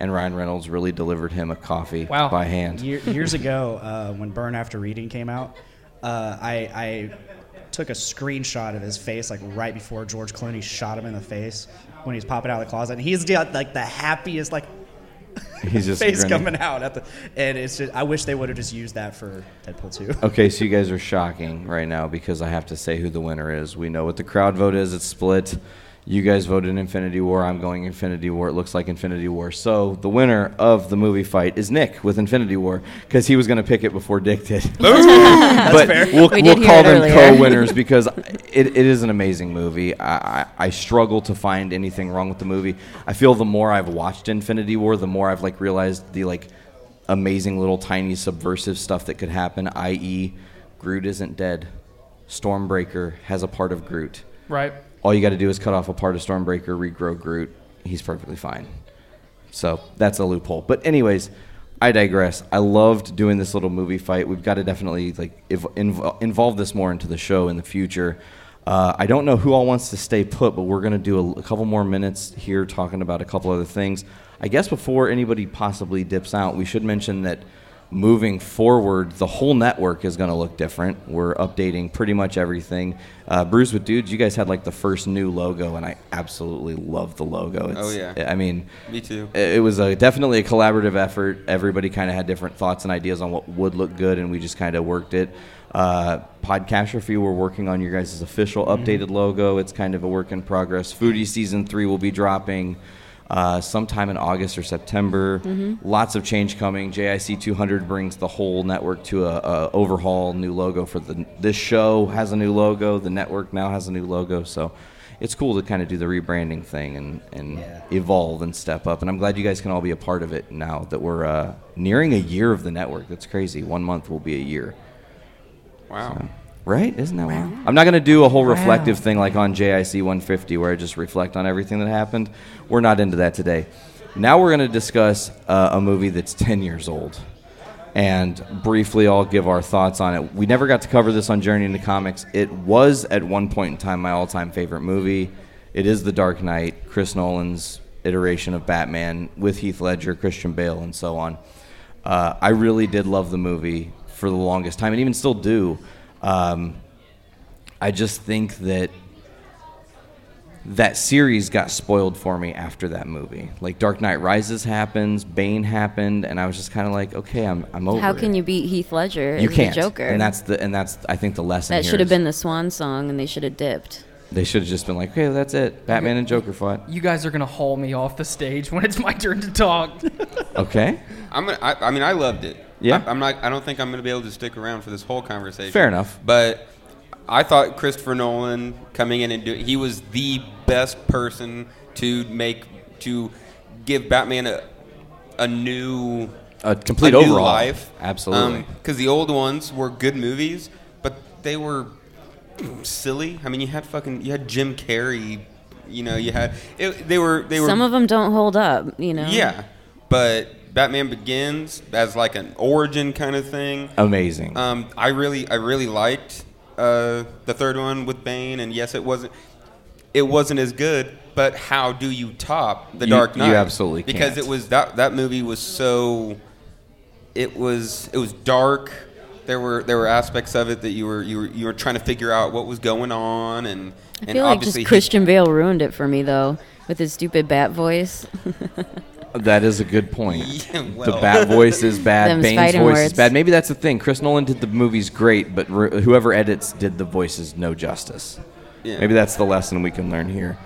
S9: and Ryan Reynolds really delivered him a coffee by hand.
S11: Year, years ago, uh, when Burn After Reading came out, uh, I, I took a screenshot of his face, like right before George Clooney shot him in the face when he was popping out of the closet. And he's got like the happiest, like
S9: He's just
S11: face
S9: grinning.
S11: coming out at the, and it's just I wish they would have just used that for Deadpool two.
S9: Okay, so you guys are shocking right now because I have to say who the winner is. We know what the crowd vote is. It's split. You guys voted Infinity War. I'm going Infinity War. It looks like Infinity War. So the winner of the movie fight is Nick with Infinity War because he was going to pick it before Dick did.
S1: That's
S9: but
S1: fair.
S9: we'll,
S1: We
S9: we'll
S1: did hear
S9: call
S1: it
S9: them
S1: earlier.
S9: co-winners because it, it is an amazing movie. I, I, I struggle to find anything wrong with the movie. I feel the more I've watched Infinity War, the more I've like realized the like amazing little tiny subversive stuff that could happen. I.e., Groot isn't dead. Stormbreaker has a part of Groot.
S10: Right.
S9: All you got to do is cut off a part of Stormbreaker, regrow Groot. He's perfectly fine. So that's a loophole. But anyways, I digress. I loved doing this little movie fight. We've got to definitely like if, inv- involve this more into the show in the future. Uh, I don't know who all wants to stay put, but we're going to do a, a couple more minutes here talking about a couple other things. I guess before anybody possibly dips out, we should mention that moving forward, the whole network is going to look different. We're updating pretty much everything. Uh, Brews with Dudes, you guys had like the first new logo, and I absolutely love the logo. It's,
S3: Oh, yeah.
S9: I mean,
S3: Me too.
S9: it it was a, definitely a collaborative effort. Everybody kind of had different thoughts and ideas on what would look good, and we just kind of worked it. Uh, Podcastrophy, we're working on your guys' official updated logo. It's kind of a work in progress. Foodie Season 3 will be dropping uh, sometime in August or September.
S13: Mhm.
S9: Lots of change coming. JIC 200 brings the whole network to a, a overhaul, new logo for the this show has a new logo. The network now has a new logo, so it's cool to kind of do the rebranding thing and and evolve and step up. And I'm glad you guys can all be a part of it now that we're uh, nearing a year of the network. That's crazy. One month will be a year.
S3: Wow.
S9: Right? Isn't that wow? I'm not going to do a whole reflective thing like on JIC 150 where I just reflect on everything that happened. We're not into that today. Now we're going to discuss uh, a movie that's 10 years old and briefly all give our thoughts on it. We never got to cover this on Journey into Comics. It was at one point in time my all time favorite movie. It is The Dark Knight, Chris Nolan's iteration of Batman with Heath Ledger, Christian Bale, and so on. Uh, I really did love the movie for the longest time, and even still do. Um, I just think that that series got spoiled for me after that movie. Like Dark Knight Rises happens, Bane happened, and I was just kind of like, okay, I'm I'm over.
S12: How
S9: it.
S12: can you beat Heath Ledger
S9: you
S12: as
S9: can't
S12: the Joker?
S9: And that's the and that's I think the lesson.
S12: that
S9: here
S12: should have
S9: is
S12: been the swan song, and they should have dipped.
S9: They should have just been like, okay, that's it. Batman and Joker fought.
S10: You guys are gonna haul me off the stage when it's my turn to talk. Uh,
S9: Okay,
S3: I'm gonna, I, I mean, I loved it.
S9: Yeah.
S3: I, am not. I don't think I'm gonna be able to stick around for this whole conversation.
S9: Fair enough.
S3: But I thought Christopher Nolan coming in and do, he was the best person to make to give Batman a a new
S9: A complete
S3: new
S9: overhaul.
S3: life. Um,
S9: Absolutely.
S3: Because the old ones were good movies, but they were silly. I mean, you had fucking you had Jim Carrey. You know, you had it, they were they were
S12: Some of them don't hold up, you know.
S3: yeah, but Batman Begins as like an origin kind of thing.
S9: Amazing.
S3: Um, I really, I really liked uh, the third one with Bane, and yes, it wasn't, it wasn't as good. But how do you top the
S9: You-
S3: Dark
S9: you
S3: Knight?
S9: absolutely
S3: because
S9: can't.
S3: it was that that movie was so, it was it was dark. There were there were aspects of it that you were you were you were trying to figure out what was going on, and
S12: I
S3: and
S12: feel like just
S3: obviously he-
S12: Christian Bale ruined it for me though, with his stupid bat voice.
S9: That is a good point. the
S12: well.
S9: Bat voice is bad.
S12: Them's
S9: Bane's
S12: fighting
S9: voice is
S12: words.
S9: bad. Maybe that's the thing. Chris Nolan did the movies great, but re- whoever edits did the voices no justice.
S13: Yeah.
S9: Maybe that's the lesson we can learn here.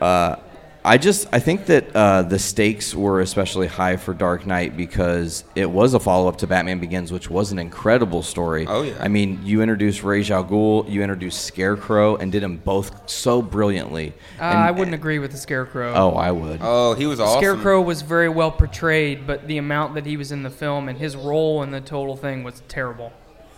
S9: Uh, I just I think that uh, the stakes were especially high for Dark Knight because it was a follow up to Batman Begins, which was an incredible story.
S3: Oh, yeah.
S9: I mean, you introduced Ra's al Ghul, you introduced Scarecrow, and did them both so brilliantly.
S10: Uh,
S9: And-
S10: I wouldn't agree with the Scarecrow.
S9: Oh, I would.
S3: Oh, he was awesome.
S10: Scarecrow was very well portrayed, but the amount that he was in the film and his role in the total thing was terrible.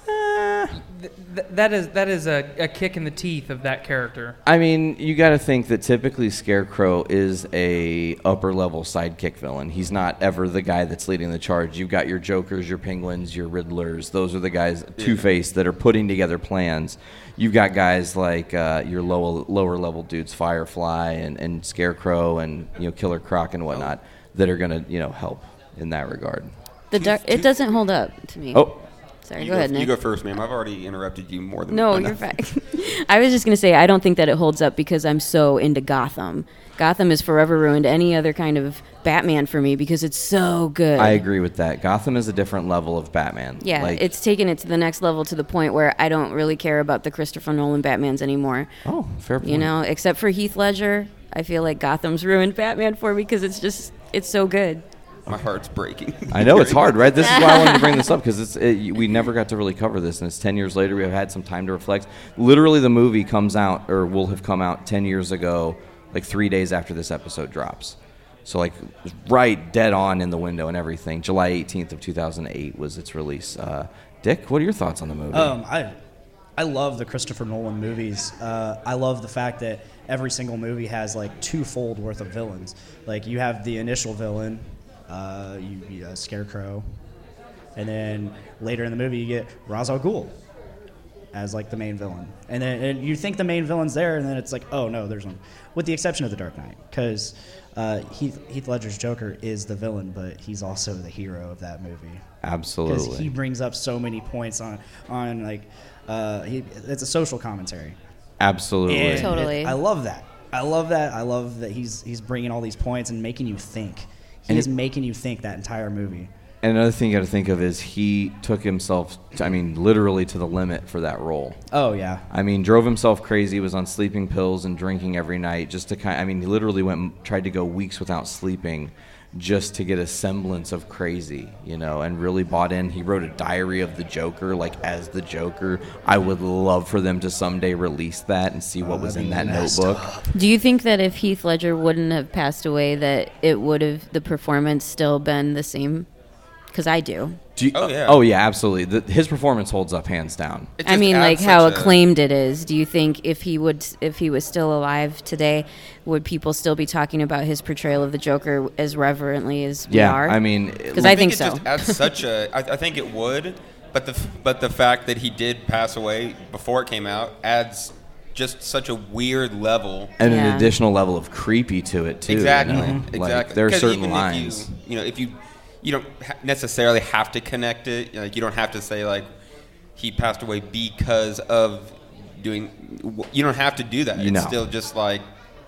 S9: Eh.
S10: Th- th- that is that is a, a kick in the teeth of that character.
S9: I mean, you got to think that typically Scarecrow is a upper level sidekick villain. He's not ever the guy that's leading the charge. You've got your Jokers, your Penguins, your Riddlers. Those are the guys, Two Face, that are putting together plans. You've got guys like uh, your lower lower level dudes, Firefly and, and Scarecrow and you know Killer Croc and whatnot, that are gonna you know help in that regard.
S12: The dark. It doesn't hold up to me.
S9: Oh.
S12: Sorry.
S3: you
S12: go ahead,
S3: You
S12: Nick.
S3: go first, ma'am. I've already interrupted you more than
S12: No,
S3: enough.
S12: you're fine. I was just going to say, I don't think that it holds up because I'm so into Gotham. Gotham has forever ruined any other kind of Batman for me because it's so good.
S9: I agree with that. Gotham is a different level of Batman.
S12: Yeah,
S9: Like,
S12: it's taken it to the next level to the point where I don't really care about the Christopher Nolan Batmans anymore.
S9: Oh, fair
S12: You
S9: point.
S12: know, except for Heath Ledger, I feel like Gotham's ruined Batman for me because it's just it's so good.
S3: My heart's breaking.
S9: I know it's hard, right? This is why I wanted to bring this up because it's it, we never got to really cover this, and it's ten years later. We have had some time to reflect. Literally, the movie comes out or will have come out ten years ago, like three days after this episode drops. So like right dead on in the window and everything. July eighteenth of two thousand eight was its release. Uh, Dick, what are your thoughts on the movie?
S11: Um, I, I love the Christopher Nolan movies. Uh, I love the fact that every single movie has like twofold worth of villains. Like you have the initial villain, uh, you, you uh, Scarecrow, and then later in the movie you get Ra's al Ghul as like the main villain, and then and you think the main villain's there, and then it's like oh no, there's one. With the exception of the Dark Knight, because uh, Heath, Heath Ledger's Joker is the villain, but he's also the hero of that movie because
S9: Absolutely.
S11: he brings up so many points on on like uh, he, it's a social commentary.
S9: Absolutely.
S11: And it- I love that. I love that. I love that he's he's bringing all these points and making you think. He
S9: And
S11: is
S9: it-
S11: making you think that entire movie.
S9: And another thing you got to think of is he took himself, to, I mean, literally to the limit for that role.
S11: Oh, yeah.
S9: I mean, drove himself crazy, was on sleeping pills and drinking every night just to kind. I mean, he literally went tried to go weeks without sleeping, just to get a semblance of crazy, you know, and really bought in. He wrote a diary of the Joker, like as the Joker. I would love for them to someday release that and see what was in that notebook.
S12: Do you think that if Heath Ledger wouldn't have passed away, that it would have the performance still been the same? Because I do.
S9: Do you,
S3: oh yeah.
S9: Oh yeah, absolutely. The, his performance holds up hands down.
S12: I mean, like how acclaimed it is. Do you think if he would, if he was still alive today, would people still be talking about his portrayal of the Joker as reverently as
S9: Yeah,
S12: we are?
S9: I mean,
S12: because I think
S3: it
S12: so.
S3: Just adds such a, I, I think it would, but the f- but the fact that he did pass away before it came out adds just such a weird level.
S9: and an additional level of creepy to it too. you
S3: exactly,
S9: know?
S3: exactly.
S9: Like, there are
S3: 'Cause
S9: certain
S3: even
S9: lines.
S3: If you, you know, if you you don't ha- necessarily have to connect it. Like you don't have to say like he passed away because of doing. You don't have to do that.
S9: You
S3: it's
S9: know.
S3: still just like,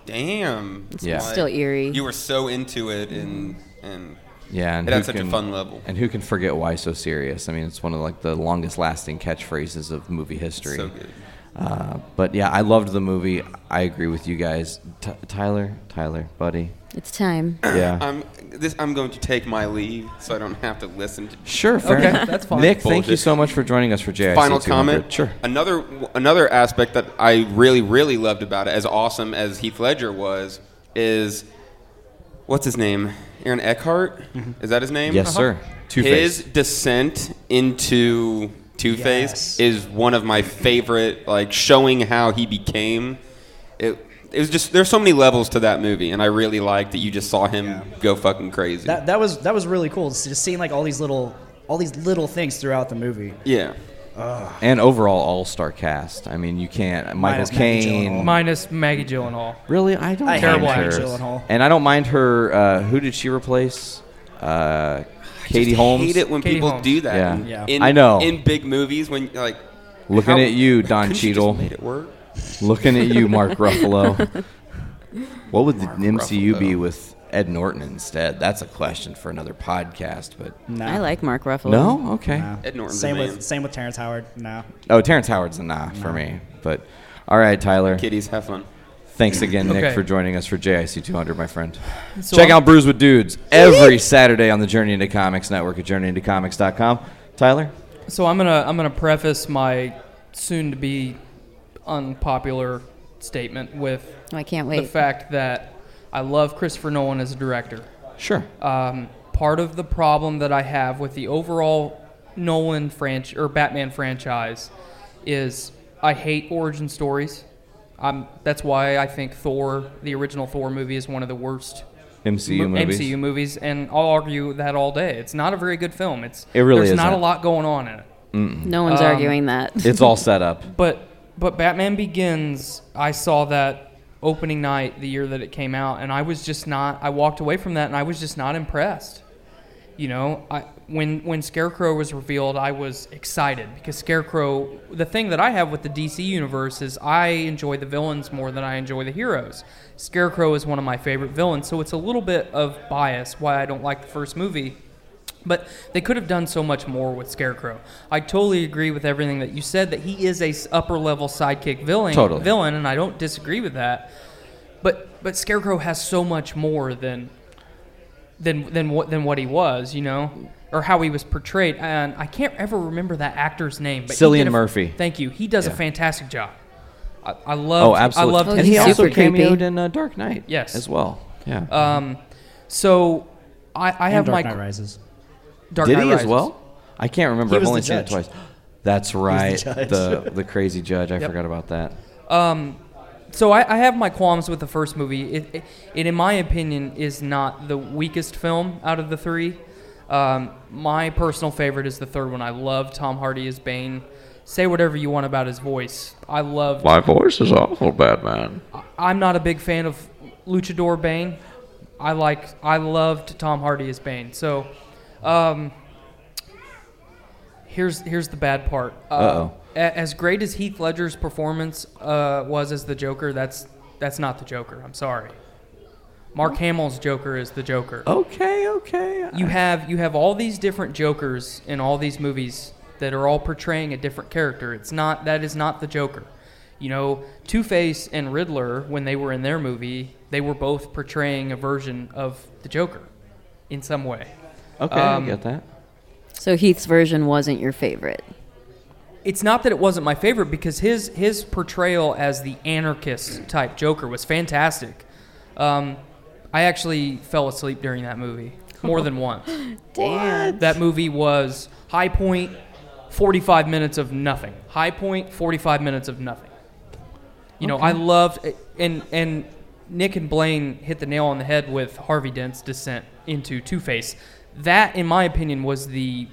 S3: damn.
S9: It's Yeah.
S12: still eerie.
S3: You were so into it and and.
S9: yeah, and
S3: it
S9: who
S3: had such
S9: can-
S3: a fun level.
S9: And who can forget why so serious? I mean, it's one of like the longest lasting catchphrases of movie history.
S3: So good.
S9: Uh, but yeah, I loved the movie. I agree with you guys, T- Tyler, Tyler, buddy.
S12: It's time.
S9: Yeah.
S3: I'm this. I'm going to take my leave, so I don't have to listen to.
S9: Sure, fair enough. Nick, thank you so much for joining us for JIC.
S3: Final
S9: 200.
S3: comment.
S9: Sure.
S3: Another another aspect that I really really loved about it, as awesome as Heath Ledger was, is what's his name? Aaron Eckhart. Is that his name?
S9: Mm-hmm. Yes, sir. Uh-huh. Two-Face.
S3: His descent into Two Face is one of my favorite. Like showing how he became. It. It was just there's so many levels to that movie, and I really liked that you just saw him go fucking crazy.
S11: That that was that was really cool. Just just seeing like all these little all these little things throughout the movie.
S3: yeah.
S11: Ugh.
S9: And overall all star cast. I mean, you can't. Michael
S10: Minus Maggie
S9: Caine.
S10: Minus Maggie Gyllenhaal.
S9: Really, I don't.
S10: terrible
S9: mind
S10: actress.
S9: her. And I don't mind her. Uh, who did she replace? Uh, Katie Holmes.
S3: hate it when people do that. in-
S9: Yeah,
S3: in-
S9: I know.
S3: In big movies, when like
S9: Looking
S3: how-
S9: at you, Don Cheadle. Looking at you, Mark Ruffalo. What would the MCU be with Ed Norton instead? That's a question for another podcast. But
S11: No.
S12: I like Mark Ruffalo.
S9: No, okay.
S11: Nah. Same with same with Terrence Howard. No.
S9: Oh, Terrence Howard's a nah for me. But all right, Tyler.
S3: Kitties, have fun.
S9: Thanks again, Nick,
S3: Okay.
S9: for joining us for JIC 200, my friend.
S3: So
S9: Check
S3: I'm-
S9: out Brews with Dudes every Saturday on the Journey into Comics Network at journeyintocomics.com. Tyler?
S10: So I'm gonna I'm gonna preface my soon to be unpopular statement with
S12: Oh, I can't
S10: the
S12: wait.
S10: fact that I love Christopher Nolan as a director.
S9: Sure.
S10: Um, part of the problem that I have with the overall Nolan franchise or Batman franchise is I hate origin stories. i that's why I think Thor, the original Thor movie, is one of the worst
S9: MCU movies.
S10: MCU movies, and I'll argue that all day. It's not a very good film. It's
S9: It really
S10: there's not a
S9: isn't.
S10: lot going on in it.
S9: Mm-mm.
S12: No one's arguing that.
S9: It's all set up.
S10: But but Batman Begins, I saw that opening night the year that it came out, and I was just not. I walked away from that, and I was just not impressed. You know, I when when Scarecrow was revealed, I was excited because Scarecrow. The thing that I have with the DC universe is I enjoy the villains more than I enjoy the heroes. Scarecrow is one of my favorite villains, so it's a little bit of bias why I don't like the first movie. But they could have done so much more with Scarecrow. I totally agree with everything that you said that he is a upper level sidekick villain,
S9: Totally.
S10: villain, and I don't disagree with that. But but Scarecrow has so much more than than than what than what he was, you know, or how he was portrayed. And I can't ever remember that actor's name. But he
S9: Cillian
S10: did a-
S9: Murphy.
S10: Thank you. He does a
S9: Yeah.
S10: fantastic job. I, I love.
S9: oh, absolutely.
S10: I loved
S9: and
S10: his
S9: he also
S10: character.
S9: cameoed in uh, Dark Knight.
S10: Yes.
S9: As well. Uh, Yeah.
S10: Um, so I, I
S11: And
S10: have
S11: Dark
S10: my
S11: Knight Rises.
S10: Dark
S9: Did
S10: Knight
S9: he
S10: Rises.
S9: as well? I can't remember.
S10: He
S9: I've
S10: was
S9: only
S10: the
S9: seen it
S10: judge.
S9: twice. That's right.
S10: judge.
S9: The, the crazy judge. I
S10: Yep.
S9: forgot about that.
S10: Um, so I, I have my qualms with the first movie. It, it, it, in my opinion, is not the weakest film out of the three. Um, my personal favorite is the third one. I love Tom Hardy as Bane. Say whatever you want about his voice. I love.
S1: awful, Batman.
S10: I'm not a big fan of Luchador Bane. I like. I loved Tom Hardy as Bane. So, um, here's here's the bad part. Uh,
S9: Uh-oh.
S10: a- As great as Heath Ledger's performance uh, was as the Joker, that's that's not the Joker. I'm sorry. Mark Hamill's Joker is the Joker.
S9: Okay, okay.
S10: You have you have all these different Jokers in all these movies that are all portraying a different character. It's not that is not the Joker. You know, Two Face and Riddler, when they were in their movie, they were both portraying a version of the Joker in some way.
S9: Okay,
S10: Um,
S9: I get that.
S12: So Heath's version wasn't your favorite.
S10: it's not that it wasn't my favorite because his his portrayal as the anarchist type Joker was fantastic. Um, I actually fell asleep during that movie more than once.
S12: Damn.
S10: That movie was high point, forty five minutes of nothing. High point, forty five minutes of nothing. You know,
S13: Okay.
S10: I loved and and Nick and Blaine hit the nail on the head with Harvey Dent's descent into Two Face. That, in my opinion, was the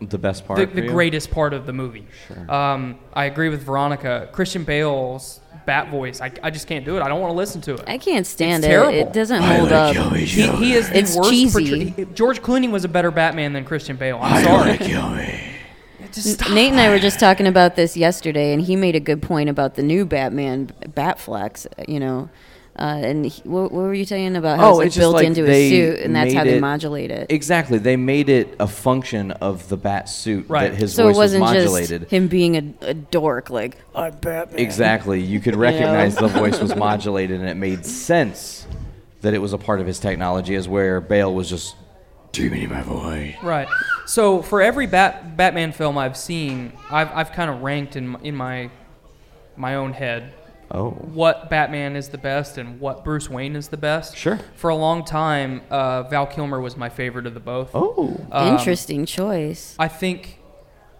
S9: The best part.
S10: the,
S9: for
S10: the
S9: you?
S10: greatest part of the movie.
S9: Sure.
S10: Um, I agree with Veronica. Christian Bale's bat voice, I, I just can't do it. I don't want to listen to it.
S12: I can't stand
S10: It's
S12: it.
S10: terrible.
S12: It doesn't hold up.
S10: He, he is the
S12: it's
S10: worst.
S12: cheesy.
S10: portray- George Clooney was a better Batman than Christian Bale. I'm sorry.
S12: N- Nate and I were just talking about this yesterday, and he made a good point about the new Batman B- Batflex. You know, uh, and he, what, what were you saying about how it's, like,
S9: Oh, just
S12: built
S9: like
S12: into
S9: they
S12: his suit, and that's how
S9: made
S12: they
S9: it-
S12: modulate it.
S9: Exactly. They made it a function of the bat suit
S12: Right.
S9: that his
S12: so
S9: voice
S12: it wasn't
S9: was
S12: just
S9: modulated.
S12: him being a, a dork, like I'm Batman.
S9: Exactly. You could
S12: Yeah.
S9: recognize the voice was modulated, and it made sense that it was a part of his technology, as where Bale was just, "Do you mean my voice?"
S10: Right. So for every Bat- Batman film I've seen, I've, I've kind of ranked in in my my own head.
S9: Oh.
S10: What Batman is the best and what Bruce Wayne is the best.
S9: Sure.
S10: For a long time, uh, Val Kilmer was my favorite of the both. Um,
S9: Oh.
S12: Interesting choice.
S10: I think.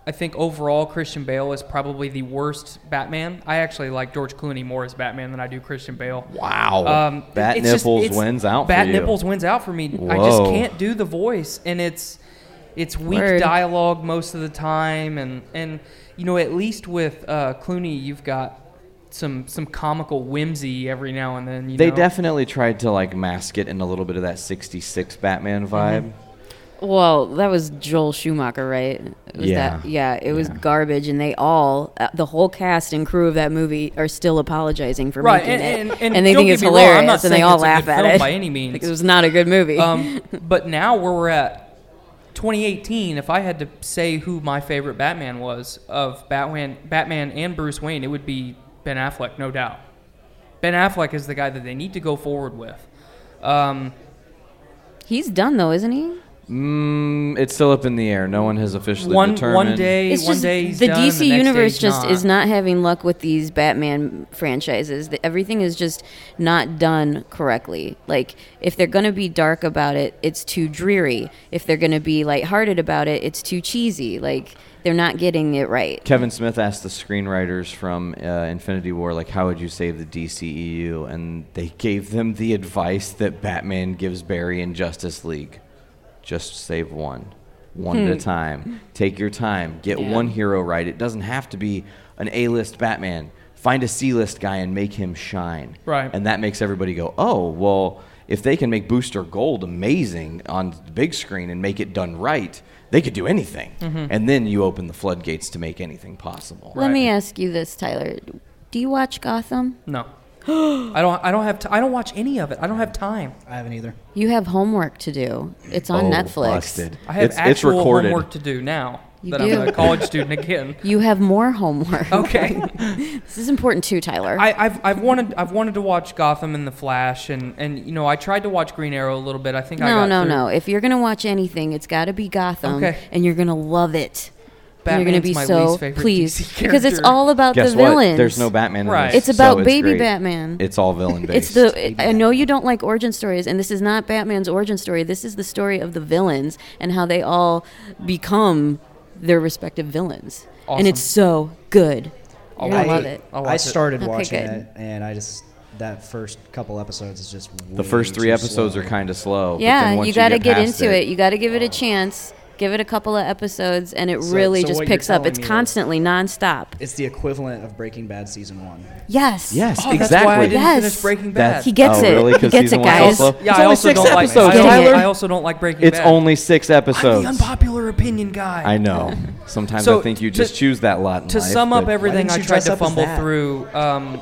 S10: I think overall Christian Bale is probably the worst Batman. I actually like George Clooney more as Batman than I do Christian Bale.
S9: Wow.
S10: Um,
S9: Bat
S10: it's just-
S9: nipples
S10: it's-
S9: wins out for
S10: Bat
S9: you.
S10: nipples wins out for me. I just
S9: Whoa.
S10: can't do the voice, and it's it's weak
S12: Word.
S10: dialogue most of the time, and and you know at least with uh, Clooney you've got some some comical whimsey every now and then. You
S9: They
S10: know?
S9: definitely tried to like mask it in a little bit of that '66 Batman
S10: Mm-hmm.
S9: vibe.
S12: Well, that was Joel Schumacher, right? It was
S9: Yeah.
S12: That, yeah, it was garbage, and they all, uh, the whole cast and crew of that movie, are still apologizing for
S10: Right,
S12: making
S10: and-
S12: it,
S10: and- and
S12: they
S10: don't
S12: think
S10: get
S12: it's
S10: me wrong, I'm
S12: hilarious,
S10: not
S12: and they
S10: saying
S12: all
S10: it's a
S12: laugh
S10: good
S12: at
S10: film
S12: it
S10: by any means.
S12: Like, it was not a good movie.
S10: Um, but now where we're at, 2018. If I had to say who my favorite Batman was of Batman, Batman and Bruce Wayne, it would be Ben Affleck, no doubt. Ben Affleck is the guy that they need to go forward with. Um,
S12: He's done though, isn't he?
S9: Mm, it's still up in the air. No one has officially
S10: One- one
S9: determined.
S10: day-
S12: It's
S10: one
S12: just
S10: day he's
S12: the
S10: done,
S12: DC
S10: the next day
S12: universe
S10: he's
S12: just
S10: not.
S12: is not having luck with these Batman franchises. The- Everything is just not done correctly. Like if they're going to be dark about it, it's too dreary. If they're going to be lighthearted about it, it's too cheesy. Like they're not getting it right.
S9: Kevin Smith asked the screenwriters from uh, Infinity War, like, how would you save the DCEU? And they gave them the advice that Batman gives Barry in Justice League just save one, one at a
S13: Hmm.
S9: time. Take your time. Get
S13: Yeah.
S9: one hero right. It doesn't have to be an A list Batman. Find a C list guy and make him shine.
S10: Right.
S9: And that makes everybody go, oh, well, if they can make Booster Gold amazing on the big screen and make it done right, they could do anything.
S10: Mm-hmm.
S12: Mhm.
S9: And then you open the floodgates to make anything possible.
S12: Let me ask you this, Tyler. Do you watch Gotham?
S10: No. I don't. I don't have. T- I don't watch any of it. I don't have time.
S11: I haven't either.
S12: You have homework to do. It's on
S9: Oh,
S12: Netflix.
S9: busted.
S10: I have
S9: It's- it's
S10: actual
S9: recorded.
S10: homework to do now
S12: You
S10: that
S12: do.
S10: I'm a college student again.
S12: You have more homework.
S10: Okay.
S12: this is important too, Tyler.
S10: I, I've I've wanted I've wanted to watch Gotham and The Flash and and you know I tried to watch Green Arrow a little bit. I think I
S12: No,
S10: got
S12: no,
S10: through.
S12: no. If you're gonna watch anything, it's got to be Gotham,
S10: Okay.
S12: and you're gonna love it. And you're gonna
S10: Batman's my
S12: be so
S10: least favorite
S12: pleased
S10: DC
S12: because it's
S10: character.
S12: all about
S9: Guess
S12: the
S9: what?
S12: villains.
S9: There's no Batman. in
S10: Right.
S9: this,
S12: It's about
S9: so
S12: baby
S9: great.
S12: Batman.
S9: It's all villain based.
S12: It's the. I know you don't like origin stories, and this is not Batman's origin story. This is the story of the villains and how they all become their respective villains, and it's so good. You're gonna love it.
S11: I started
S12: Okay,
S11: watching
S12: good.
S11: it, and I just that first couple episodes is just
S9: the first three episodes are kind of slow. but then
S12: Yeah,
S9: once
S12: you got to
S9: get
S12: get,
S9: past
S12: into it. You got to give it a chance. Give it a couple of episodes, and it
S11: So-
S12: really
S11: so
S12: just
S11: what you're
S12: picks up.
S11: telling
S12: It's
S11: me is-
S12: constantly nonstop.
S11: It's the equivalent of Breaking Bad season one.
S12: Yes.
S9: Yes, Oh, that's exactly. why I didn't
S12: yes.
S9: finish Breaking Bad. That's-
S12: He gets
S9: oh,
S12: it.
S9: really?
S12: He
S9: 'Cause
S12: gets
S9: season
S12: it,
S9: one's
S12: guys.
S9: also-
S10: Yeah, I also don't like.
S9: episodes,
S10: I,
S9: Tyler.
S10: also- I also don't like Breaking
S9: It's
S10: Bad.
S9: only six episodes.
S10: I'm the unpopular opinion guy.
S9: I know. Sometimes
S10: So,
S9: I think you
S10: to-
S9: just choose that lot. In
S10: to
S9: life,
S10: sum up
S9: but-
S10: everything
S11: didn't
S10: I
S11: you
S10: tried
S11: dress
S10: to
S11: up as
S10: fumble
S11: that?
S10: through, um,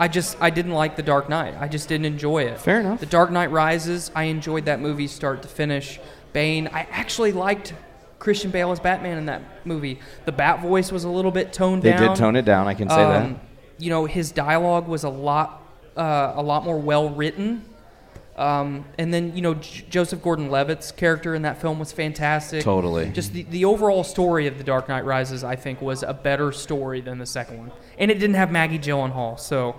S10: I just I didn't like The Dark Knight. I just didn't enjoy it.
S9: Fair enough.
S10: The Dark Knight Rises. I enjoyed that movie start to finish. Bane. I actually liked Christian Bale as Batman in that movie. The Bat voice was a little bit toned
S9: They
S10: down.
S9: did tone it down, I can say that.
S10: Um, You know, his dialogue was a lot uh, a lot more well written. Um, and then you know J- Joseph Gordon-Levitt's character in that film was fantastic.
S9: Totally.
S10: Just the, the overall story of The Dark Knight Rises, I think, was a better story than the second one, and it didn't have Maggie Gyllenhaal. So,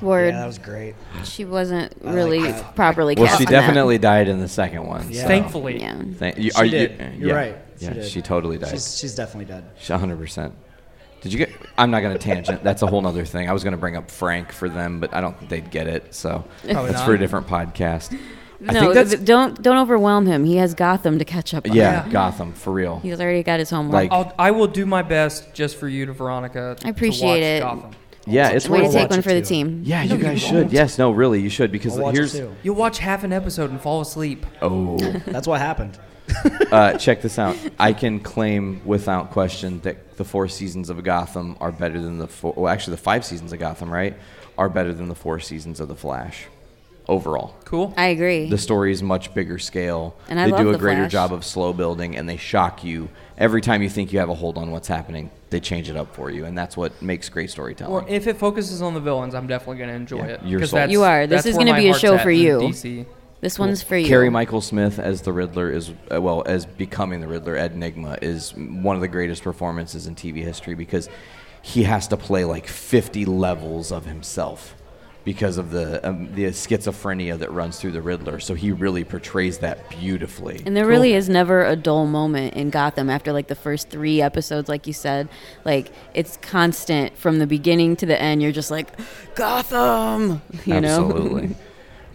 S12: Word.
S10: Yeah, that was
S11: great.
S12: She wasn't
S10: I like
S12: really
S10: that.
S12: properly.
S9: well,
S12: cast
S9: she
S12: in that.
S9: definitely died in the second one.
S11: Yeah.
S9: so-
S11: Thankfully.
S12: Yeah.
S9: Thank- you,
S11: She
S9: are
S11: did.
S9: You,
S11: You're
S9: yeah,
S11: right. She
S9: Yeah, she,
S11: did.
S9: totally died.
S11: She's- she's definitely dead.
S9: She- 100%. Did you get? I'm not going to tangent. That's a whole other thing. I was going to bring up Frank for them, but I don't think they'd get it. So
S12: Probably
S9: that's
S12: not.
S9: for a different podcast. I
S12: No,
S9: think that's
S12: th- don't don't overwhelm him. He has Gotham to catch up on.
S9: yeah, Gotham for real.
S12: He's already got his homework.
S9: Like-
S10: I'll, I will do my best just for you, to Veronica.
S12: I appreciate
S10: to
S12: it.
S10: watch Gotham.
S9: Yeah, it's
S12: Way to
S9: worth
S12: take
S9: it.
S12: one for the team.
S9: Yeah,
S10: No,
S9: you guys
S10: you
S9: should.
S10: won't.
S9: Yes, no, really, you should because here's
S10: You'll watch half an episode and fall asleep.
S9: Oh.
S11: That's what happened.
S9: uh, check this out. I can claim without question that the four seasons of Gotham are better than the four. Well, actually, the five seasons of Gotham, right, are better than the four seasons of The Flash, overall.
S10: Cool.
S12: I agree.
S9: The story is much bigger scale.
S12: And I
S9: they
S12: love
S9: do a
S12: The
S9: greater
S12: Flash.
S9: job of slow building, and they shock you every time you think you have a hold on what's happening. They change it up for you, and that's what makes great storytelling.
S10: Well, if it focuses on the villains, I'm definitely going to enjoy
S9: Yeah,
S10: it.
S9: you're
S10: 'cause
S9: sold.
S10: that's-
S12: you are. This
S10: that's
S12: is
S10: where
S12: going to
S10: my
S12: be a
S10: heart's
S12: show
S10: at
S12: for
S10: in
S12: you.
S10: DC.
S12: This one's for you.
S9: Carrie Michael Smith as the Riddler is, uh, well, as becoming the Riddler, Ed Nigma is m- one of the greatest performances in TV history because he has to play like 50 levels of himself because of the um, the schizophrenia that runs through the Riddler. So he really portrays that beautifully.
S12: And there really is never a dull moment in Gotham after like the first three episodes, like you said. Like it's constant from the beginning to the end. You're just like, Gotham. You know.
S9: Absolutely.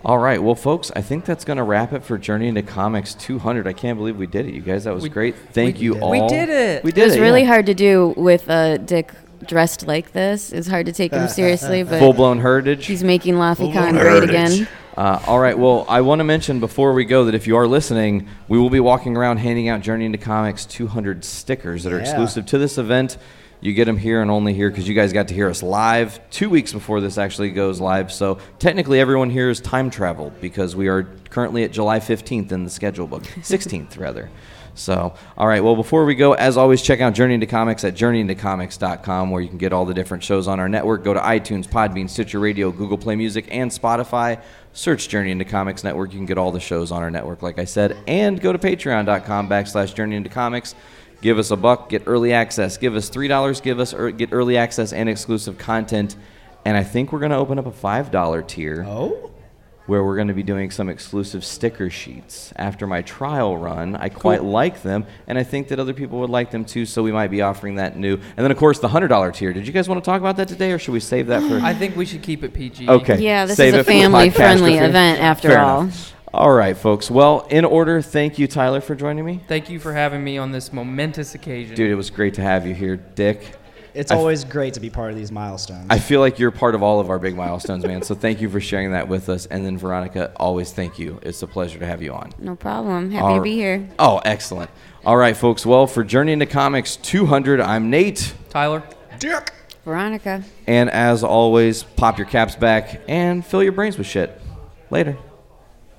S9: All right, well, folks, I think that's going to wrap it for Journey into Comics 200. I can't believe we did it, you guys. That was great. Thank you all. We did
S12: it was
S9: it,
S12: really
S9: yeah.
S12: hard to do with a dick dressed like this. It's hard to take him seriously, but
S9: Full blown heritage.
S12: He's making
S9: Full-blown
S12: LaFayette great again.
S9: Uh, all right. Well, I want to mention before we go that if you are listening, we will be walking around handing out Journey into Comics 200 stickers that are
S13: Yeah.
S9: exclusive to this event. You get them here and only here because you guys got to hear us live two weeks before this actually goes live. So technically, everyone here is time traveled because we are currently at July 15th in the schedule book, 16th rather. So, all right. Well, before we go, as always, check out Journey into Comics at journeyintocomics.com, where you can get all the different shows on our network. Go to iTunes, Podbean, Stitcher Radio, Google Play Music, and Spotify. Search Journey into Comics Network. You can get all the shows on our network, like I said. And go to patreon.com backslash journey into comics. Give us a buck, get early access. Give us $3, give us er, get early access and exclusive content. And I think we're going to open up a $5 tier. Oh? where we're going to be doing some exclusive sticker sheets after my trial run. I quite like them, and I think that other people would like them too, so we might be offering that new. And then, of course, the $100 tier. Did you guys want to talk about that today, or should we save that for.
S10: I think we should keep it PG.
S9: Okay.
S12: Yeah, this
S9: Save
S12: is
S9: it
S12: a
S9: for the
S12: family
S9: podcast
S12: friendly
S9: review.
S12: event after
S9: Fair
S12: all.
S9: enough. All right, folks. Well, in order, thank you, Tyler, for joining me.
S10: Thank you for having me on this momentous occasion.
S9: Dude, it was great to have you here, Dick.
S11: It's
S9: I f-
S11: always great to be part of these milestones.
S9: I feel like you're part of all of our big milestones, man. So thank you for sharing that with us. And then, Veronica, always thank you. It's a pleasure to have you on.
S12: No problem. Happy
S9: All-
S12: to be here.
S9: Oh, excellent. All right, folks. Well, for Journey into Comics 200, I'm Nate.
S10: Tyler.
S12: Dick. Veronica.
S9: And as always, pop your caps back and fill your brains with shit. Later.